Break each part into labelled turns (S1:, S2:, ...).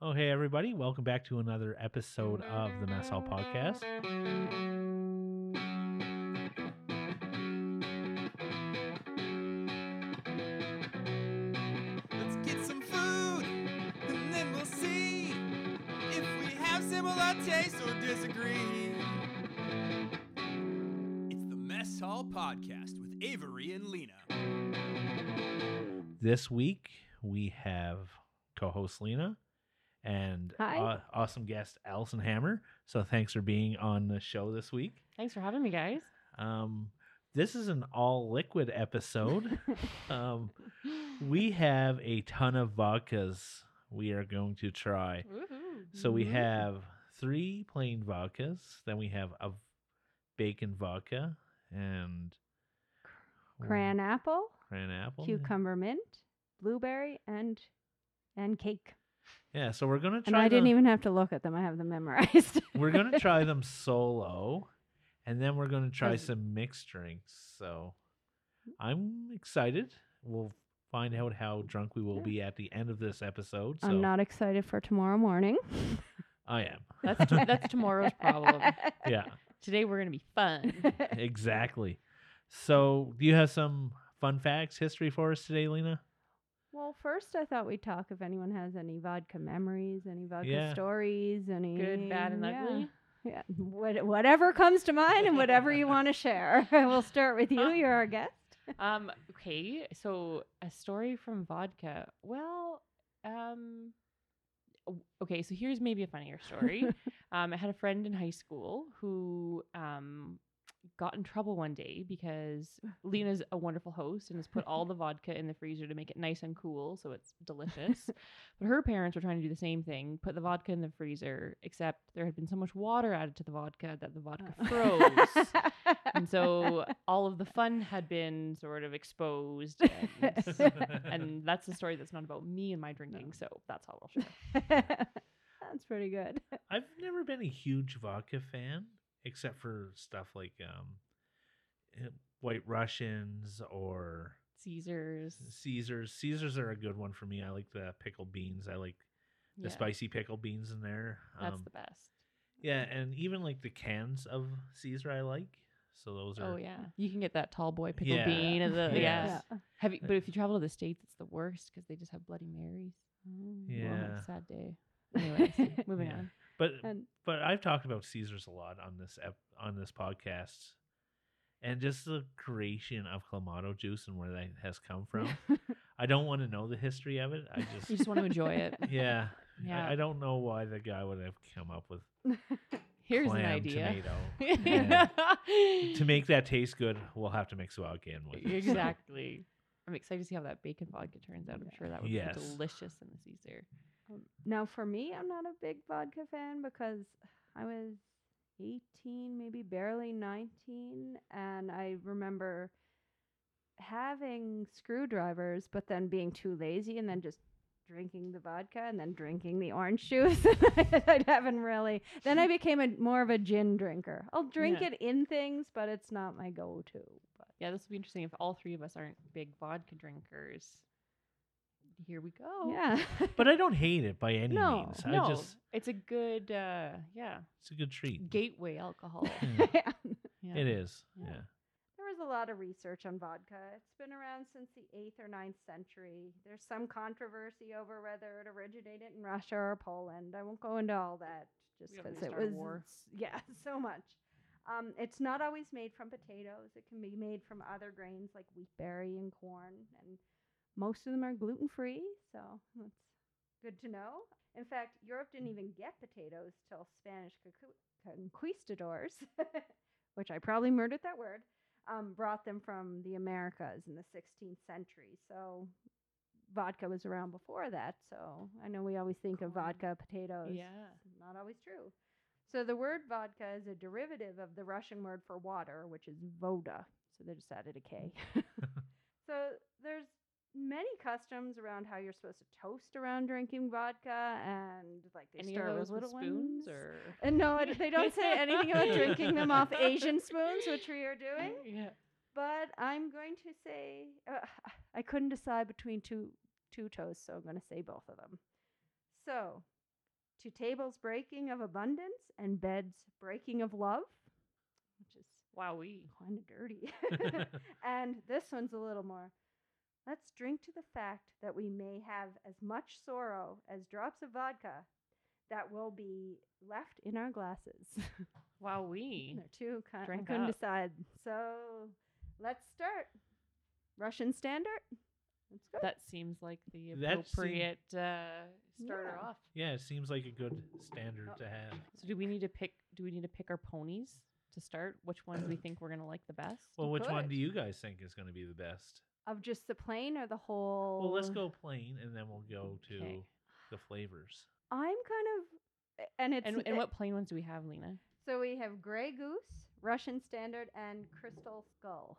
S1: Oh, hey, everybody. Welcome back to another episode of the Mess Hall Podcast.
S2: Let's get some food, and then we'll see if we have similar tastes or disagree. It's the Mess Hall Podcast with Avery and Lena.
S1: This week, we have co host Lena and
S3: Hi.
S1: aw- awesome guest Allison Hammer. So, thanks for being on the show this week.
S3: Thanks for having me, guys.
S1: Um, this is an all liquid episode. um, we have a ton of vodkas we are going to try. So we
S3: Mm-hmm.
S1: have three plain vodkas. Then we have a v- bacon vodka and
S3: cran
S1: Oh.
S3: apple,
S1: cran apple. yeah.
S3: cucumber mint, blueberry, and and cake.
S1: Yeah, so we're gonna
S3: And
S1: try.
S3: I didn't
S1: them-
S3: even have to look at them; I have them memorized.
S1: We're gonna try them solo, and then we're gonna try
S3: Does-
S1: some mixed drinks. So I'm excited. We'll find out how drunk we will
S3: Yeah.
S1: be at the end of this episode. So
S3: I'm not excited for tomorrow morning.
S1: I am.
S4: That's t- that's tomorrow's problem.
S1: Yeah,
S4: Today we're gonna be fun.
S1: exactly. So do you have some fun facts, history for us today, Lena?
S3: well, first I thought we'd talk if anyone has any vodka memories, any vodka
S1: Yeah.
S3: stories, any
S4: Good, bad, and
S3: yeah.
S4: ugly.
S3: Yeah, what, whatever comes to mind and whatever you want to share. we'll start with you. You're our guest.
S4: Um, okay, so a story from vodka. Well, um, o- okay, so here's maybe a funnier story. um, I had a friend in high school who um got in trouble one day because Lena's a wonderful host and has put all the vodka in the freezer to make it nice and cool, so it's delicious. but her parents were trying to do the same thing, put the vodka in the freezer, except there had been so much water added to the vodka that the vodka
S3: Oh.
S4: froze. and so all of the fun had been sort of exposed and, and that's the story that's not about me and my drinking so that's all i'll share
S3: That's pretty good.
S1: I've never been a huge vodka fan, except for stuff like um, eh, White Russians or
S4: caesars
S1: Caesars. Caesars are a good one for me. I like the pickled beans. I like the
S4: yeah,
S1: spicy pickled beans in there. Um,
S4: that's the best
S1: yeah, and even like the cans of Caesar, I like. So those are.
S4: oh yeah you can get that tall boy pickle
S1: Yeah. Uh,
S4: bean and the,
S1: Yeah.
S4: yes
S3: Yeah.
S4: Have you, but if you travel to the states it's the worst because they just have bloody marys Mm, well,
S1: Yeah.
S4: sad day anyways moving
S1: Yeah.
S4: on
S1: But
S3: And
S1: but I've talked about Caesars a lot on this ep- on this podcast, and just the creation of clamato juice and where that has come from. I don't want to know the history of it. I
S4: you
S1: just
S4: just want to enjoy it
S1: yeah.
S4: Yeah.
S1: I, I don't know why the guy would have come up with
S4: here's
S1: clam
S4: an idea
S1: tomato. Yeah. to make that taste good, we'll have to mix vodka in with it.
S4: E-, exactly. I'm excited to see how that bacon vodka turns out. I'm sure that would
S1: Yes.
S4: be delicious in the Caesar.
S3: um, now for me, I'm not a big vodka fan because I was 18, maybe barely 19, and I remember having screwdrivers, but then being too lazy and then just drinking the vodka and then drinking the orange juice. I haven't really. Then I became a more of a gin drinker. I'll drink
S4: Yeah.
S3: it in things, but it's not my go-to. But
S4: Yeah, this will be interesting if all three of us aren't big vodka drinkers. Here we go.
S3: yeah.
S1: But I don't hate it by any
S3: No,
S1: means.
S4: No,
S1: I just
S4: it's a good, uh, yeah,
S1: it's a good treat.
S4: gateway alcohol.
S1: Yeah,
S4: Yeah.
S1: It is. Yeah.
S4: Yeah.
S3: There was a lot of research on vodka. It's been around since the 8th or 9th century. There's some controversy over whether it originated in Russia or Poland. I won't go into all that just
S4: We don't need
S3: because
S4: to
S3: it
S4: start a
S3: was.
S4: war.
S3: s- Yeah, so much. Um, it's not always made from potatoes, it can be made from other grains like wheatberry and corn, and most of them are gluten free, so that's good to know. In fact, Europe didn't even get potatoes till Spanish conqu- conquistadors, which I probably murdered that word, um, brought them from the Americas in the 16th century. So vodka was around before that. So I know we always think of
S4: Corn.
S3: vodka, potatoes.
S4: Yeah.
S3: It's Not always true. So the word vodka is a derivative of the Russian word for water, which is voda. So they just added a K.
S4: Mm.
S3: so there's many customs around how you're supposed to toast around drinking vodka and like they
S4: Any of
S3: start
S4: those
S3: with
S4: with
S3: little
S4: spoons
S3: ones.
S4: or
S3: And no, it- they don't say anything about drinking them off Asian spoons, which we are doing.
S4: Yeah.
S3: But I'm going to say uh, I couldn't decide between two two toasts, so I'm going to say both of them. So to tables breaking of abundance and beds breaking of love, which is
S4: Wowee.
S3: kind of dirty. and this one's a little more. Let's drink to the fact that we may have as much sorrow as drops of vodka that will be left in our glasses.
S4: Wowee.
S3: They're two. Kind I
S4: Drink
S3: couldn't
S4: up.
S3: decide. So let's start. Russian standard. Let's go.
S4: That seems like the
S1: That seem-
S4: appropriate uh, starter
S3: Yeah.
S4: off.
S1: Yeah, it seems like a good standard
S3: Oh.
S1: to have.
S4: So do we need to pick? Do we need to pick our ponies to start? Which ones we think we're gonna like the best?
S1: Well, which one
S3: could.
S1: do you guys think is going to be the best?
S3: of just the plane or the whole.
S1: Well, let's go plain and then we'll go to
S4: Okay.
S1: the flavors.
S3: I'm kind of, and it's
S4: and, and
S3: it-
S4: what plain ones do we have, Lena?
S3: So we have Grey Goose, Russian Standard, and Crystal Skull,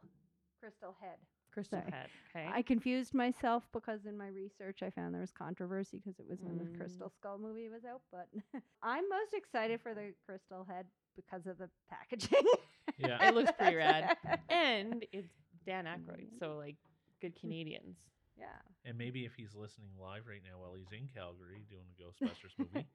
S3: Crystal Head.
S4: Crystal
S3: Sorry.
S4: Head. Okay.
S3: I confused myself because in my research I found there was controversy because it was when
S4: Mm.
S3: the Crystal Skull movie was out. But I'm most excited for the Crystal Head because of the packaging.
S1: Yeah.
S4: It looks pretty rad. and it's Dan Aykroyd,
S3: Mm.
S4: so like good Canadians.
S3: yeah.
S1: and maybe if he's listening live right now while he's in Calgary doing a Ghostbusters movie,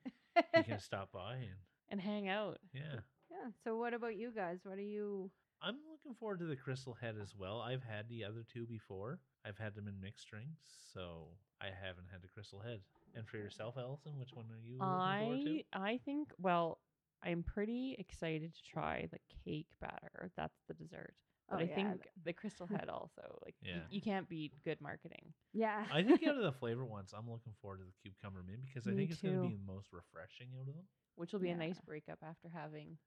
S1: he can stop by and
S4: And hang out.
S1: yeah.
S3: Yeah. So what about you guys? What are you?
S1: I'm looking forward to the Crystal Head as well. I've had the other two before. I've had them in mixed drinks, so I haven't had the Crystal Head. And for yourself, Allison, which one are you looking forward to?
S4: I I think well, I'm pretty excited to try the cake batter. That's the dessert. But
S3: oh,
S4: I
S3: yeah.
S4: think the crystal head also like y-
S1: Yeah.
S4: you can't beat good marketing.
S3: Yeah.
S1: I think out of the flavor ones, I'm looking forward to the cucumber mint because I
S4: Me
S1: think it's going to be
S4: too.
S1: the most refreshing out of them.
S4: which will be
S3: Yeah.
S4: a nice breakup after having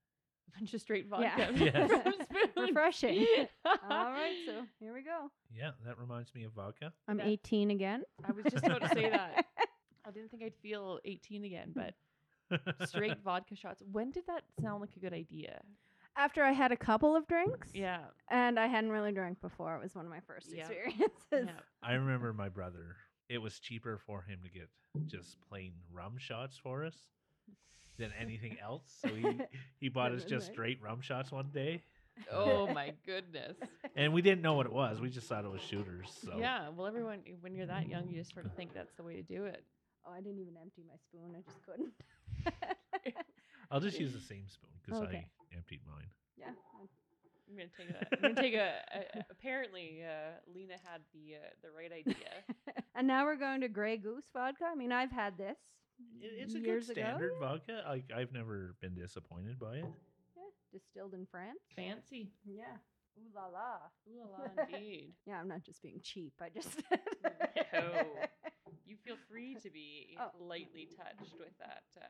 S4: a bunch of straight
S3: Yeah.
S4: vodka.
S1: Yes.
S4: from spoons.
S3: Refreshing. All right. So here we go.
S1: Yeah, that reminds me of vodka.
S3: I'm
S4: Yeah.
S3: 18 again.
S4: I was just about to say that. I didn't think I'd feel 18 again, but straight vodka shots. When did that sound like a good idea?
S3: After I had a couple of drinks.
S4: Yeah.
S3: And I hadn't really drank before. It was one of my first
S4: Yeah.
S3: experiences.
S4: yeah.
S1: I remember my brother. It was cheaper for him to get just plain rum shots for us than anything else. So he, he bought us
S3: Remember.
S1: just straight rum shots one day.
S4: Oh my goodness.
S1: And we didn't know what it was. We just thought it was shooters. So
S4: Yeah. Well, everyone, when you're that young, you just sort of think that's the way to do it.
S3: Oh, I didn't even empty my spoon. I just couldn't.
S1: I'll just use the same spoon because
S3: Okay.
S1: I emptied mine.
S3: yeah.
S4: I'm gonna take a. I'm gonna take a. a apparently, uh, Lena had the uh, the right idea.
S3: And now we're going to Grey Goose vodka. I mean, I've had this.
S1: It, it's a
S3: years
S1: good
S3: ago.
S1: standard vodka. Like I've never been disappointed by it.
S3: Yeah, distilled in France.
S4: Fancy.
S3: Yeah. Ooh la la.
S4: Ooh la la, indeed.
S3: Yeah, I'm not just being cheap. I just.
S4: No. You feel free to be
S3: Oh.
S4: lightly touched with that. Uh,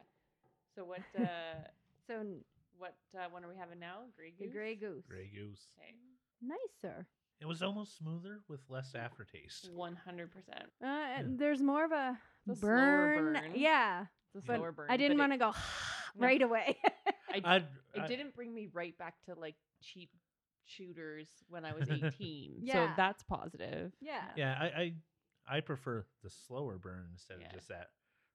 S4: so what uh,
S3: so n-
S4: what uh, one are we having now? Grey
S3: the
S4: goose.
S3: Grey Goose.
S1: Grey Goose.
S4: Okay,
S3: Nicer.
S1: It was almost smoother with less aftertaste.
S4: one hundred percent.
S3: Uh, and There's more of a
S4: The slower
S3: burn.
S4: burn.
S3: Yeah.
S4: It's a
S1: But
S4: slower burn.
S3: I didn't
S4: but
S3: want to go
S4: No.
S3: right away.
S4: it, I,
S1: I'd-
S4: it
S1: I-
S4: didn't bring me right back to like cheap shooters when I was eighteen. So
S3: Yeah.
S4: that's positive.
S3: yeah.
S1: Yeah, I, I I prefer the slower burn instead
S4: Yeah.
S1: of just that.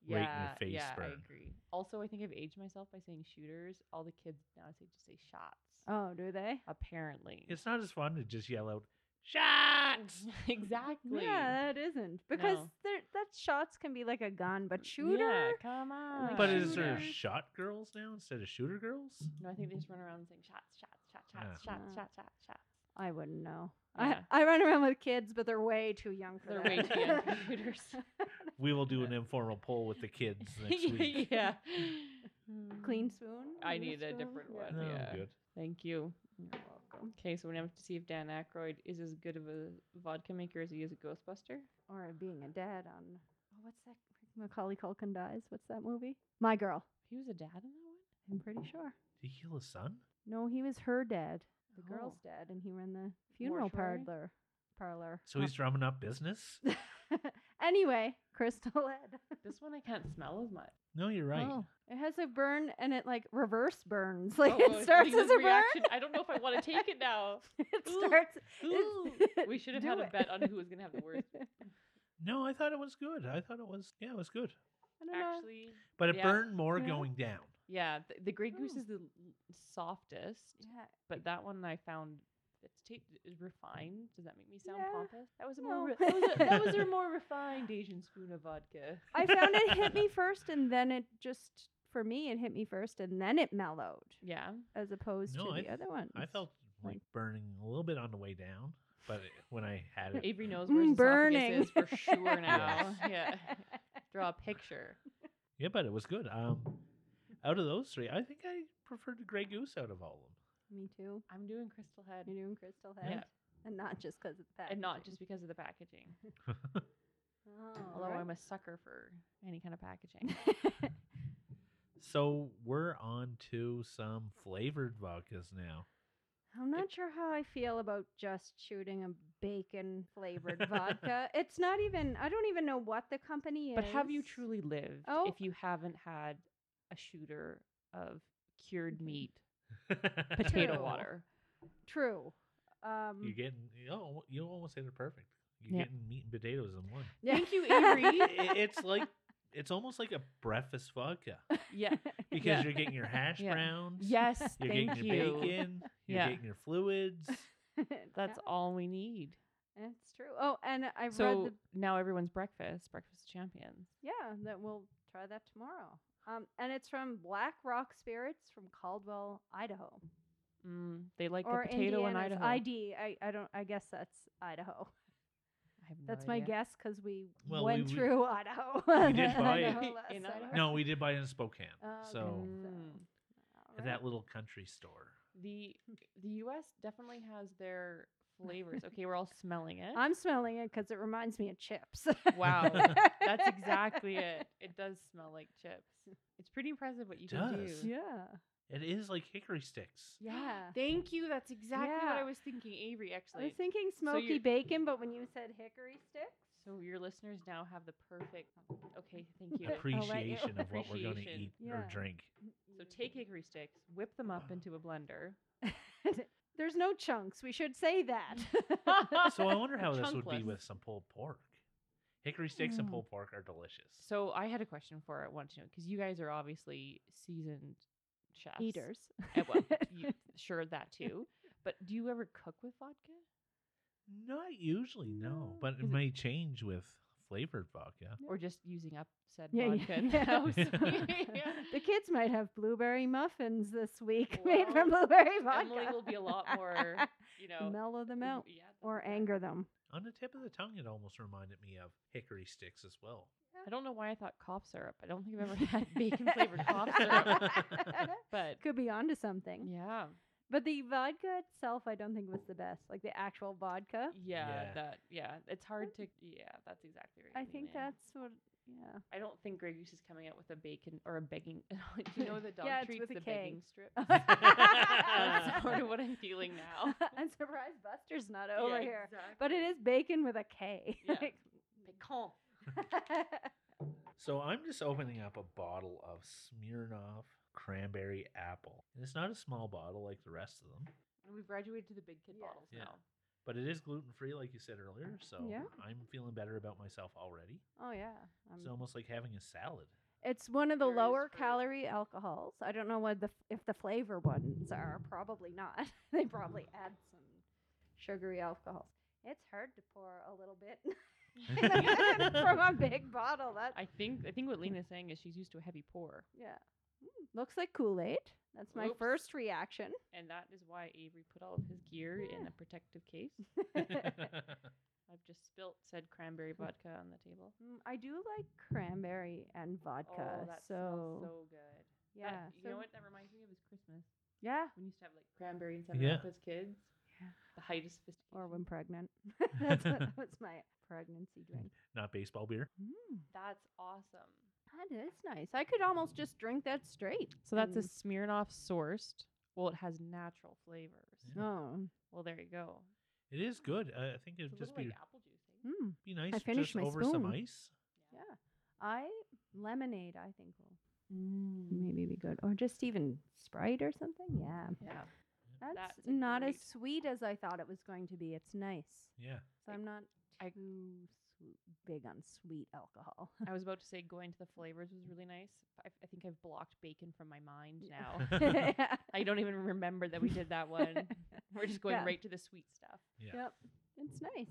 S4: Yeah,
S1: Right in the face
S4: yeah, I
S1: burn.
S4: agree. Also, I think I've aged myself by saying shooters. All the kids now say just say shots.
S3: Oh, do they?
S4: Apparently,
S1: It's not as fun to just yell out shots.
S4: exactly.
S3: Yeah, that isn't because
S4: No.
S3: there that shots can be like a gun, but shooter. Oh
S4: Yeah, come on.
S1: But is there
S3: Shooter.
S1: shot girls now instead of shooter girls?
S4: No, I think they just run around saying shots, shots, shots, shots,
S3: Yeah.
S4: shots,
S3: Yeah.
S4: shots, shots, shots.
S3: I wouldn't know.
S4: Yeah.
S3: I, I run around with kids, but they're way too young for
S4: They're
S3: that.
S4: way too young for computers.
S1: We will do an informal poll with the kids next week.
S4: yeah. Mm.
S3: Clean spoon.
S4: I
S3: New
S4: need a
S3: spoon?
S4: different
S3: Yeah.
S4: one.
S1: No,
S4: Yeah.
S1: good.
S4: Thank you.
S3: You're welcome.
S4: Okay, so we're gonna have to see if Dan Aykroyd is as good of a vodka maker as he is a Ghostbuster.
S3: Or being a dad on oh, what's that? Macaulay Culkin dies. What's that movie? My Girl.
S4: He was a dad in that one.
S3: I'm pretty sure.
S1: Did he kill his son?
S3: No, he was her dad, the
S4: Oh.
S3: girl's dad, and he ran the funeral
S4: Mortuary?
S3: parlor. Parlor.
S1: So he's drumming up business?
S3: anyway, Crystal Ed.
S4: This one I can't smell as much.
S1: No, you're right.
S3: Oh. It has a burn and it like reverse burns. Like it
S4: Uh-oh,
S3: starts
S4: Lena's
S3: as a burn.
S4: Oh, reaction. I don't know if I want to take it now.
S3: It
S4: Ooh.
S3: starts.
S4: Ooh.
S3: it-
S4: We should have
S3: do
S4: had a
S3: it.
S4: bet on who was gonna have the worst.
S1: No, I thought it was good. I thought it was yeah, it was good.
S3: I don't know.
S4: Actually,
S1: But it
S4: Yeah.
S1: burned more
S3: Yeah.
S1: going down.
S4: yeah, the, the Grey Goose
S3: Oh.
S4: is the l- softest.
S3: Yeah.
S4: but that one I found That's ta- is refined. Does that make me sound
S3: Yeah.
S4: pompous? That was a
S3: No.
S4: more re- that, was a, that was a more refined Asian spoon of vodka.
S3: I found it hit me first, and then it just for me it hit me first, and then it mellowed
S4: Yeah.
S3: as opposed
S1: No,
S3: to
S1: I
S3: the
S1: f-
S3: other one.
S1: I felt like burning a little bit on the way down, but it, when I had it,
S4: Avery knows where
S3: Mm,
S4: his
S3: burning
S4: esophagus is for sure now. yeah. Draw a picture.
S1: Yeah, but it was good. Um, out of those three, I think I preferred the Grey Goose out of all
S3: Me too.
S4: I'm doing crystal head.
S3: You're doing Crystal
S1: Yeah.
S3: Head, and not just because of the packaging.
S4: And not just because of the packaging.
S1: of them.
S3: Oh,
S4: Although
S3: right.
S4: I'm a sucker for any kind of packaging.
S1: so we're on to some flavored vodkas now.
S3: I'm not sure how I feel about just shooting a bacon flavored vodka. It's not even. I don't even know what the company is.
S4: But have you truly lived
S3: Oh.
S4: if you haven't had a shooter of cured meat,
S3: True.
S4: potato water? Mm.
S3: True. Um,
S1: You're getting you know, you almost said it perfect. You're
S4: Yeah.
S1: getting meat and potatoes in one.
S4: Thank you, Avery.
S1: I- i- it's like it's almost like a breakfast vodka
S4: Yeah.
S1: because
S4: Yeah.
S1: you're getting your hash
S4: Yeah.
S1: browns,
S4: Yes.
S1: you're
S4: thank
S1: getting your
S4: you.
S1: bacon, you're
S4: Yeah.
S1: getting your fluids.
S4: That's all we need.
S3: all. It's true. Oh, and I read
S4: So
S3: the
S4: now everyone's breakfast, breakfast of champions.
S3: Yeah, that we'll try that tomorrow. Um, and it's from Black Rock Spirits from Caldwell, Idaho,
S4: Mm, they like
S3: or
S4: the potato in
S3: Indiana's
S4: Idaho.
S3: ID. I, I don't. I guess that's Idaho.
S4: I have no
S3: That's my
S4: idea.
S3: guess because we
S1: Well, we-
S3: went
S1: we-
S3: through Idaho.
S1: We did buy it.
S3: Idaho last
S4: In
S3: Idaho.
S4: Idaho?
S1: No, we did buy it in Spokane,
S3: Oh, okay.
S1: so
S4: Mm.
S1: at that little country store.
S4: The the U.S. definitely has their flavors. Okay, we're all smelling it.
S3: I'm smelling it because it reminds me of chips.
S4: wow, that's exactly it. It does smell like chips. It's pretty impressive what you can
S1: does.
S4: do.
S3: Yeah.
S1: It is like hickory sticks.
S3: Yeah.
S4: Thank you. That's exactly what
S3: Yeah.
S4: I was thinking, Avery.
S3: I was
S4: Excellent.
S3: thinking smoky
S4: you're-
S3: bacon, but when you said hickory sticks,
S4: so your listeners now have the perfect. Okay, thank you. Oh,
S1: Appreciation of what we're going to
S4: Appreciation.
S1: eat or
S3: Yeah.
S1: drink.
S4: So take hickory sticks, whip them up into a blender.
S3: there's no chunks. We should say that.
S1: So I wonder how this would be
S4: Chunkless.
S1: with some pulled pork. Hickory sticks and
S4: Mm.
S1: pulled pork are delicious.
S4: So I had a question for I want to know because you guys are obviously seasoned chefs.
S3: Eaters.
S4: Uh, well, you, sure that too. But do you ever cook with vodka?
S1: Not usually, no,
S4: No.
S1: but
S4: Is
S1: it
S4: it-
S1: may change with flavored vodka.
S4: Or just using up said
S3: Yeah,
S4: vodka
S3: yeah,
S4: in the
S3: yeah. Oh,
S4: house?
S3: the kids might have blueberry muffins this week made from
S4: Well,
S3: blueberry vodka.
S4: Emily will be a lot more, you know,
S3: mellow them
S4: w-
S3: out
S4: Yeah,
S3: or
S4: exactly.
S3: anger them.
S1: On the tip of the tongue, it almost reminded me of hickory sticks as well.
S4: I don't know why I thought cough syrup. I don't think I've ever had bacon flavored cough syrup, but
S3: Could be onto something.
S4: yeah,
S3: But the vodka itself, I don't think was the best. Like the actual vodka.
S4: yeah,
S1: Yeah.
S4: that, yeah, it's hard to, yeah, that's exactly right.
S3: I
S4: you
S3: think
S4: mean.
S3: that's what. Yeah.
S4: I don't think Grey Goose is coming out with a bacon or a begging. you know the dog
S3: Yeah, it's
S4: treats,
S3: with a
S4: the
S3: K.
S4: begging strip.
S1: That's
S4: That's sort of what I'm feeling now.
S3: I'm surprised Buster's not over
S4: Yeah,
S3: here.
S4: exactly.
S3: But it is bacon with a K.
S4: Yeah.
S3: Like-
S4: Pecan.
S1: So I'm just opening up a bottle of Smirnoff cranberry apple. And it's not a small bottle like the rest of them,
S4: And we've graduated to the big kid
S3: Yeah.
S4: bottles
S1: Yeah.
S4: now.
S1: but it is gluten free, like you said earlier. So
S3: Yeah.
S1: I'm feeling better about myself already.
S3: oh yeah. I'm-
S1: It's almost like having a salad.
S3: It's one of the
S4: There is
S3: lower
S4: fruit.
S3: calorie alcohols. I don't know what the f- if the flavor ones are. Probably not. they probably
S4: Mm.
S3: add some sugary alcohols. It's hard to pour a little bit from a big bottle. That
S4: I think I think what Lena's saying is she's used to a heavy pour,
S3: yeah, Mm, looks like Kool Aid. That's my
S4: Oops.
S3: first reaction.
S4: and that is why Avery put all of his gear in
S3: Yeah.
S4: a protective case.
S1: yeah,
S4: I've just spilt said cranberry vodka on the table.
S3: Mm, I do like cranberry and vodka.
S4: Oh, that
S3: so,
S4: smells so good.
S3: yeah,
S4: That- you know
S3: so-
S4: what that reminds me of is Christmas.
S3: yeah,
S4: We used to have like cranberry and seven
S1: Yeah.
S4: up as kids.
S3: Yeah.
S4: The height of sophistication.
S3: or when pregnant. That's what, that was my pregnancy drink.
S1: not baseball beer.
S3: Mm,
S4: That's awesome.
S3: that is nice. I could almost just drink that straight.
S4: So that's a
S3: and-
S4: Smirnoff sourced. Well, it has natural flavors.
S1: Yeah.
S3: Oh,
S4: Well, there you go.
S1: It is good. I I think it'd
S4: It's a
S1: just
S4: little
S1: be
S4: like apple juice. eh?
S3: mm,
S1: be nice
S3: finished
S1: just
S3: my
S1: over some
S3: spoon.
S1: ice.
S3: yeah. I lemonade, I think will
S4: Mm.
S3: maybe be good, or just even Sprite or something. Yeah,
S4: Yeah.
S3: that's,
S4: That's a
S3: not as
S4: great-
S3: sweet as I thought it was going to be. It's nice,
S1: Yeah.
S3: so I'm not
S4: I-
S3: too sw- big on sweet alcohol.
S4: I was about to say going to the flavors was really nice. but I, I think I've blocked bacon from my mind now.
S3: Yeah.
S4: I don't even remember that we did that one. We're just going
S3: Yeah.
S4: right to the sweet stuff.
S1: Yeah.
S3: Yep, it's nice.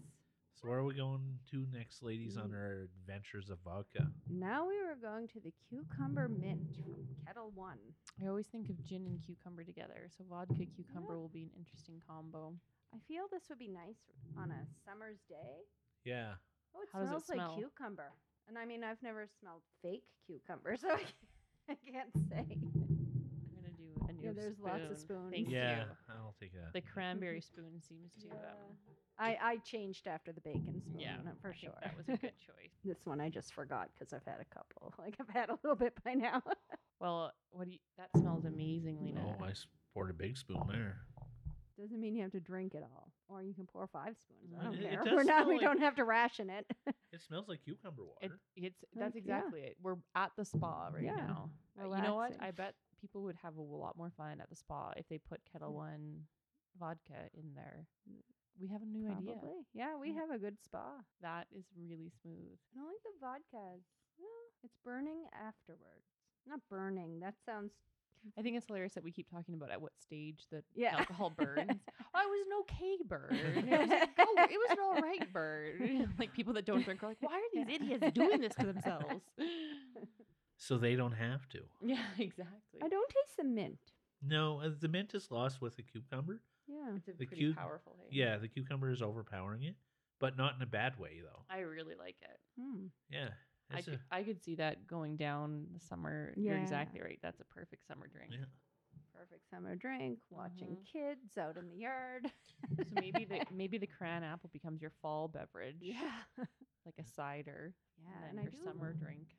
S1: So where are we going to next, ladies,
S3: Mm.
S1: on our adventures of vodka?
S3: Now we were going to the cucumber mint from Kettle One.
S4: I always think of gin and cucumber together, so vodka cucumber will be an interesting combo.
S3: I feel this would be nice on a summer's day.
S1: Yeah.
S3: Oh, it
S4: How does it
S3: smells
S4: smell?
S3: like cucumber. And I mean, I've never smelled fake cucumber, so I can't, I can't say.
S4: I'm gonna do a new.
S3: Yeah, there's lots of
S4: spoon.
S3: spoons.
S4: Thank
S1: yeah.
S4: you.
S1: I'll take that.
S4: The cranberry spoon seems to. Um,
S3: I, I changed after the bacon spoon,
S4: yeah,
S3: uh, for
S4: I
S3: sure.
S4: think that was a good choice.
S3: this one I just forgot because I've had a couple. Like I've had a little bit by now.
S4: Well, what do you? That smells amazingly nice.
S1: Oh, I s- poured a big spoon there.
S3: Doesn't mean you have to drink it all, or you can pour five spoons. I
S4: Mm,
S3: don't
S4: it- it
S3: care.
S1: does
S3: We're not.
S1: smell
S3: We
S1: like-
S3: don't have to ration it.
S1: It smells like cucumber
S4: It,
S1: water.
S4: it's
S3: Like,
S4: that's
S3: yeah.
S4: exactly it. We're at the spa right
S3: Yeah,
S4: now. Uh, You know what?
S3: relaxing.
S4: I bet people would have a lot more fun at the spa if they put Kettle
S3: Mm.
S4: One vodka in there. We have a new idea.
S3: Probably. Yeah, we
S4: Yeah.
S3: have a good spa.
S4: That is really smooth.
S3: I don't like the vodkas. Well, it's burning afterwards. Not burning. That sounds
S4: I think it's hilarious that we keep talking about at what stage the
S3: yeah.
S4: alcohol burns. oh, it was an okay burn. It was, like, oh, it was an all right burn. like people that don't drink are like, why are these
S3: Yeah.
S4: idiots doing this to themselves?
S1: So they don't have to.
S4: yeah, exactly.
S3: I don't taste the mint.
S1: No, uh, the mint is lost with the cucumber.
S3: Yeah.
S4: It's a
S1: The
S4: pretty
S1: cute-
S4: powerful thing.
S1: Yeah, the cucumber is overpowering it, but not in a bad way though.
S4: I really like it.
S3: Hmm.
S1: Yeah.
S4: I
S1: it's
S4: could,
S1: a-
S4: I could see that going down the summer. You're
S3: Yeah.
S4: exactly right. That's a perfect summer drink.
S1: yeah.
S3: Perfect summer drink. Watching
S4: Mhm.
S3: kids out in the yard.
S4: So maybe the maybe the cran apple becomes your fall beverage, like a cider,
S3: Yeah.
S4: and
S3: And
S4: then
S3: I
S4: your
S3: do,
S4: summer drink.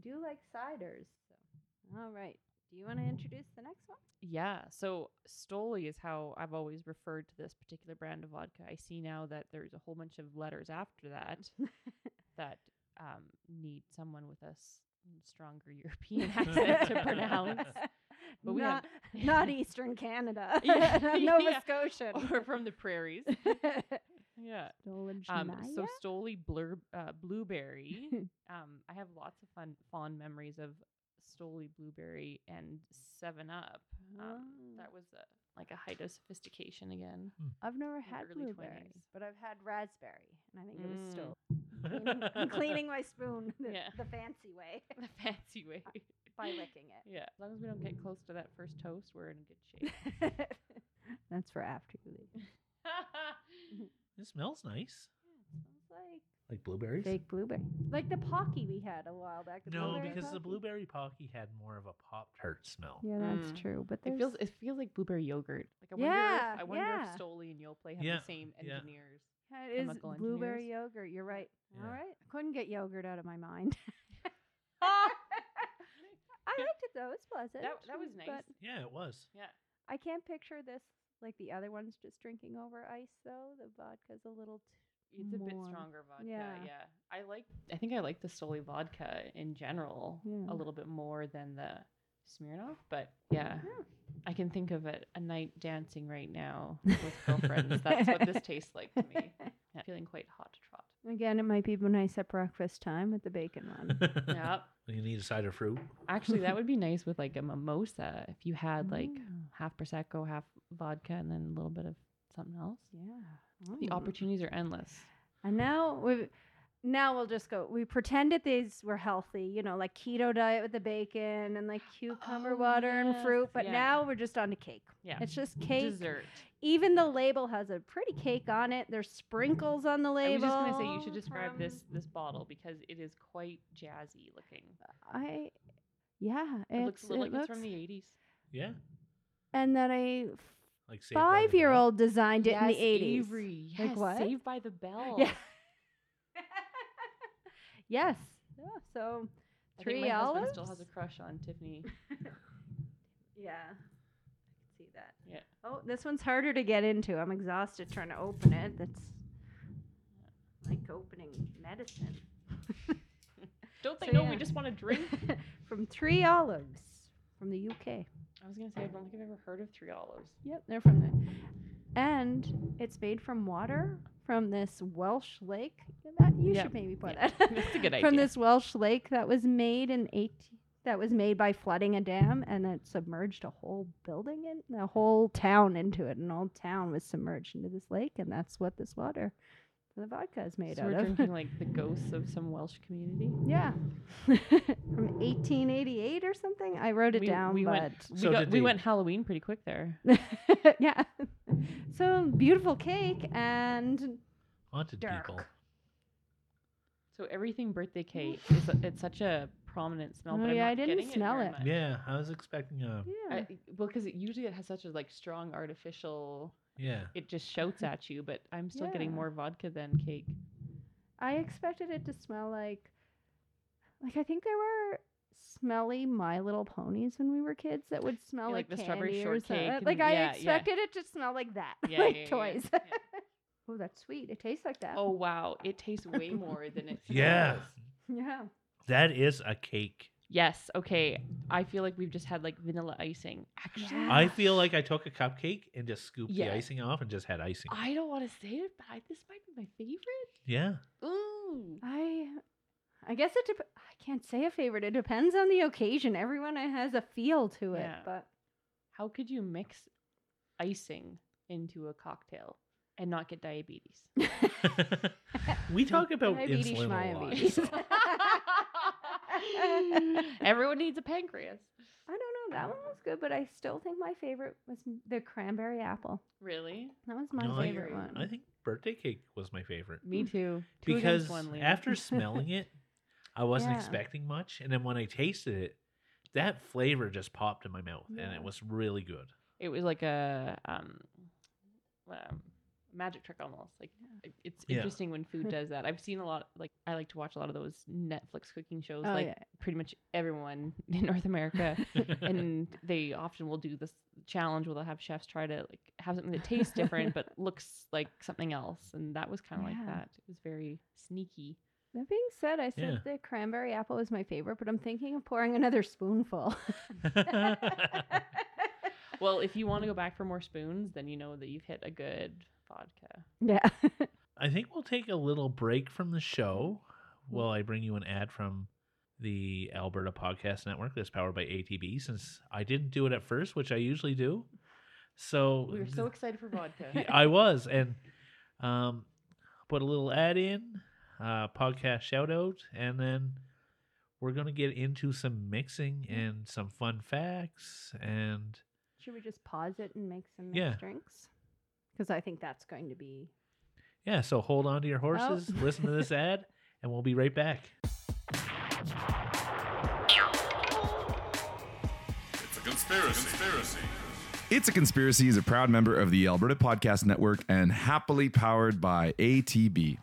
S3: do like ciders. So. All right. Do you want to introduce the next one?
S4: Yeah. So Stoli is how I've always referred to this particular brand of vodka. I see now that there's a whole bunch of letters after that that um, need someone with a s- stronger European accent to pronounce. But we
S3: not,
S4: have-
S3: not Eastern Canada.
S4: Yeah,
S3: Nova
S4: yeah.
S3: Scotian.
S4: Or from the prairies. Yeah.
S3: Stolen
S4: Um, so
S3: Shania?
S4: Stoli blur, uh, Blueberry. um, I have lots of fun, fond memories of Stoli Blueberry and Seven Up. Um,
S3: Oh.
S4: That was a, like a height of sophistication again.
S3: I've never
S4: the
S3: had
S4: early
S3: blueberry,
S4: 20s.
S3: but I've had raspberry, and I think it was
S4: Mm.
S3: still cleaning, I'm cleaning my spoon the,
S4: Yeah.
S3: the fancy way
S4: The fancy way.
S3: by licking it.
S4: Yeah, as long as we don't get close to that first toast, we're in good shape.
S3: That's for after you leave.
S1: It smells nice.
S3: Like
S1: Like blueberries?
S3: fake blueberry, like the pocky we had a while back. the
S1: no,
S3: blueberry
S1: because the
S3: Pocky.
S1: blueberry pocky had more of a Pop Tart smell.
S3: Yeah, that's
S4: Mm.
S3: true. But
S4: it
S3: there's
S4: feels it feels like blueberry yogurt. Like I wonder
S3: Yeah,
S4: if I wonder
S3: yeah.
S4: if Stoli and Yoplait have
S1: Yeah,
S4: the same
S1: yeah.
S4: engineers.
S3: Yeah, it is
S4: chemical
S3: blueberry yogurt. You're right.
S1: Yeah.
S3: All right, I couldn't get yogurt out of my mind. I
S4: Yeah.
S3: liked it though; it's pleasant.
S4: that that was nice.
S3: But
S1: Yeah, it was.
S4: yeah.
S3: I can't picture this like the other ones just drinking over ice though. The vodka's a little
S4: It's a bit
S3: more.
S4: stronger vodka. Yeah.
S3: Yeah.
S4: I like I think I like the Stoli vodka in general
S3: Yeah.
S4: a little bit more than the Smirnoff, but yeah.
S3: Yeah.
S4: I can think of it a night dancing right now with girlfriends. That's what this tastes like to me. Yeah, Feeling quite hot to trot.
S3: Again, it might be nice at breakfast time with the bacon one.
S4: Yep.
S1: You need a cider fruit.
S4: Actually, that would be nice with like a mimosa if you
S3: Mm.
S4: had like half prosecco, half vodka, and then a little bit of something else.
S3: yeah.
S4: The
S3: Mm.
S4: opportunities are endless.
S3: And now we now we'll just go. We pretended these were healthy, you know, like keto diet with the bacon and like cucumber
S4: Oh,
S3: water and
S4: yes,
S3: fruit. But
S4: yeah.
S3: now we're just on to cake.
S4: Yeah.
S3: It's just cake.
S4: Dessert.
S3: Even the label has a pretty cake on it. There's sprinkles on the
S4: I was
S3: label. Um,
S4: just gonna say you should describe
S3: from-
S4: this this bottle because it is quite jazzy looking.
S3: I, yeah,
S4: It looks
S3: it's-
S4: a little
S3: it
S4: like it's from the eighties.
S1: Yeah.
S3: and then a
S1: Like Saved by the Bell.
S3: five year old designed it in the eighties.
S4: Avery.
S3: Like
S4: Yes,
S3: what?
S4: Saved by the Bell.
S3: Yeah. yes. Yeah, so
S4: I think
S3: three
S4: my husband
S3: olives.
S4: still has a crush on Tiffany.
S3: Yeah, I can see that.
S4: Yeah.
S3: Oh, this one's harder to get into. I'm exhausted trying to open it. That's like opening medicine.
S4: Don't they
S3: So,
S4: know we
S3: yeah.
S4: just want to drink?
S3: from Three Olives from the UK.
S4: I was gonna say I don't think I've ever heard of Three Olives.
S3: Yep, they're from there. And it's made from water from this Welsh lake. That you
S4: Yeah.
S3: should maybe put
S4: Yeah.
S3: it.
S4: That's a good
S3: From
S4: idea.
S3: this Welsh lake that was made in 18 that was made by flooding a dam and it submerged a whole building in a whole town into it. An old town was submerged into this lake and that's what this water for the vodka is made
S4: so
S3: out
S4: we're
S3: of.
S4: drinking like the ghosts of some Welsh community.
S3: Yeah. From 1888 or something. I wrote it
S4: We-
S3: down,
S4: we
S3: but
S4: went- We,
S1: So
S4: got,
S1: did
S4: we
S1: they-
S4: went Halloween pretty quick there.
S3: yeah. So beautiful cake and
S1: Haunted
S3: Dark.
S1: people.
S4: So everything birthday cake is a- it's such a prominent smell.
S3: Oh,
S4: but I'm
S3: yeah,
S4: not
S3: I didn't
S4: getting
S3: smell
S4: very
S3: it.
S4: much.
S1: Yeah, I was expecting a
S3: yeah.
S4: I, e, well, because it, usually it has such a like strong artificial.
S1: yeah.
S4: It just shouts at you, but I'm still getting
S3: Yeah.
S4: more vodka than cake.
S3: I expected it to smell like like I think there were smelly My Little Ponies when we were kids that would smell
S4: Yeah,
S3: like,
S4: like the strawberry
S3: candy or something.
S4: shortcake
S3: Like
S4: and-
S3: I
S4: yeah, yeah.
S3: expected it to smell like that,
S4: Yeah,
S3: like
S4: yeah, yeah,
S3: toys.
S4: yeah.
S3: oh, that's sweet. It tastes like that.
S4: Oh wow, it tastes way more than it.
S1: Yeah.
S4: smells.
S3: yeah.
S1: That is a cake.
S4: Yes. Okay. I feel like we've just had like vanilla icing. Actually,
S3: Yeah.
S1: I feel like I took a cupcake and just scooped
S4: Yeah.
S1: the icing off and just had icing.
S4: I don't want to say it, but I, this might be my favorite.
S1: yeah.
S4: Ooh.
S3: I I guess it dep- I can't say a favorite. It depends on the occasion. Everyone has a feel to it,
S4: Yeah.
S3: but
S4: How could you mix icing into a cocktail and not get diabetes?
S1: we talk about
S3: Diabetes,
S1: insulin a lot.
S3: diabetes.
S1: so-
S4: Everyone needs a pancreas.
S3: I don't know. That one was good, but I still think my favorite was m- the cranberry apple.
S4: Really?
S3: That was my
S1: No, I-
S3: favorite one.
S1: I think birthday cake was my favorite
S4: Me too. Two
S1: Mm. because
S4: against one, Liam.
S1: after smelling it, I wasn't
S3: Yeah.
S1: expecting much, and then when I tasted it, that flavor just popped in my mouth, and
S3: Yeah.
S1: it was really good.
S4: it was like a um, um, magic trick almost. Like it- it's
S1: Yeah.
S4: interesting when food does that. I've seen a lot. Like I like to watch a lot of those Netflix cooking shows.
S3: Oh,
S4: like
S3: yeah.
S4: pretty much everyone in North America, and they often will do this challenge where they'll have chefs try to like have something that tastes different but looks like something else. And that was kind of
S3: Yeah.
S4: like that. It was very sneaky.
S3: That being said, I said the cranberry apple is my favorite, but I'm thinking of pouring another spoonful.
S4: Well, if you want to go back for more spoons, then you know that you've hit a good vodka.
S3: yeah.
S1: I think we'll take a little break from the show
S4: Mm-hmm.
S1: while I bring you an ad from the Alberta Podcast Network that's powered by ATB since I didn't do it at first, which I usually do. So
S4: We were so
S1: th-
S4: excited for vodka.
S1: Yeah, I was, and um, put a little ad in, uh, podcast shout out, and then we're gonna get into some mixing and some fun facts, and
S3: Should we just pause it and make some mixed
S1: Yeah.
S3: drinks? Because I think that's going to be.
S1: yeah. So hold on to your horses, listen to this ad, and we'll be right back.
S5: It's a conspiracy. Conspiracy.
S6: It's a Conspiracy is a proud member of the Alberta Podcast Network and happily powered by ATB.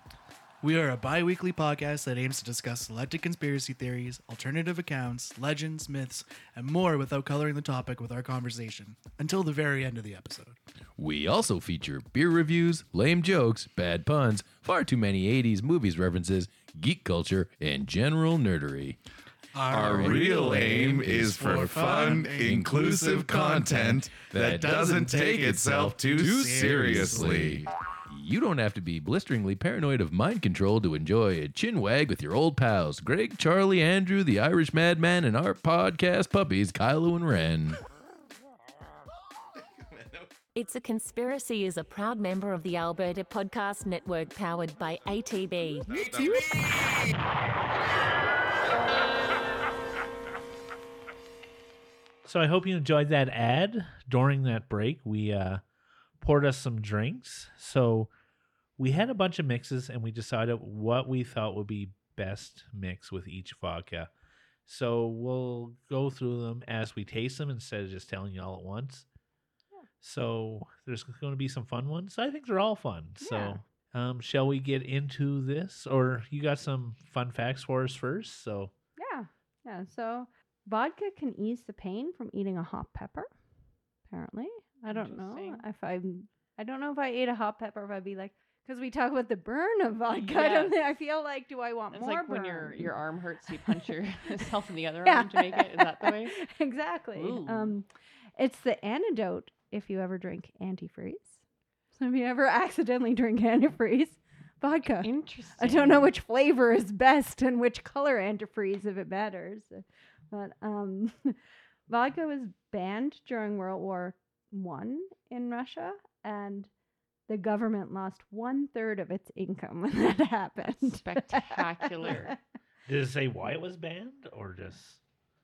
S7: We are a bi weekly podcast that aims to discuss selected conspiracy theories, alternative accounts, legends, myths, and more without coloring the topic with our conversation until the very end of the episode.
S8: We also feature beer reviews, lame jokes, bad puns, far too many 80s movies references, geek culture, and general nerdery.
S6: Our real aim is for fun, inclusive content that doesn't take itself too seriously.
S8: You don't have to be blisteringly paranoid of mind control to enjoy a chin wag with your old pals, Greg, Charlie, Andrew, the Irish Madman, and our podcast puppies, Kylo and Ren.
S9: It's a Conspiracy is a proud member of the Alberta Podcast Network powered by ATB.
S1: So I hope you enjoyed that ad. During that break, we uh, poured us some drinks. So we had a bunch of mixes and we decided what we thought would be best mix with each vodka. So we'll go through them as we taste them instead of just telling you all at once. So there's going to be some fun ones. I think they're all fun.
S3: Yeah.
S1: So um, shall we get into this? Or you got some fun facts for us first? So
S3: Yeah. Yeah. So vodka can ease the pain from eating a hot pepper, apparently. I don't know
S4: Interesting.
S3: if I'm. I don't know if I ate a hot pepper, if I'd be like. Because we talk about the burn of vodka. I, don't thi- I
S4: Yes.
S3: feel like, do I want
S4: It's
S3: more
S4: like when your
S3: burn?
S4: your arm hurts, you punch yourself in the other
S3: Yeah.
S4: arm to make it. Is that the way?
S3: exactly.
S4: Ooh.
S3: Um, it's the antidote if you ever drink antifreeze. if you ever accidentally drink antifreeze, vodka.
S4: Interesting.
S3: I don't know which flavor is best and which color antifreeze if it matters. But um, vodka was banned during World War One in Russia, and the government lost one third of its income when that happened.
S4: spectacular.
S1: Did it say why it was banned or just?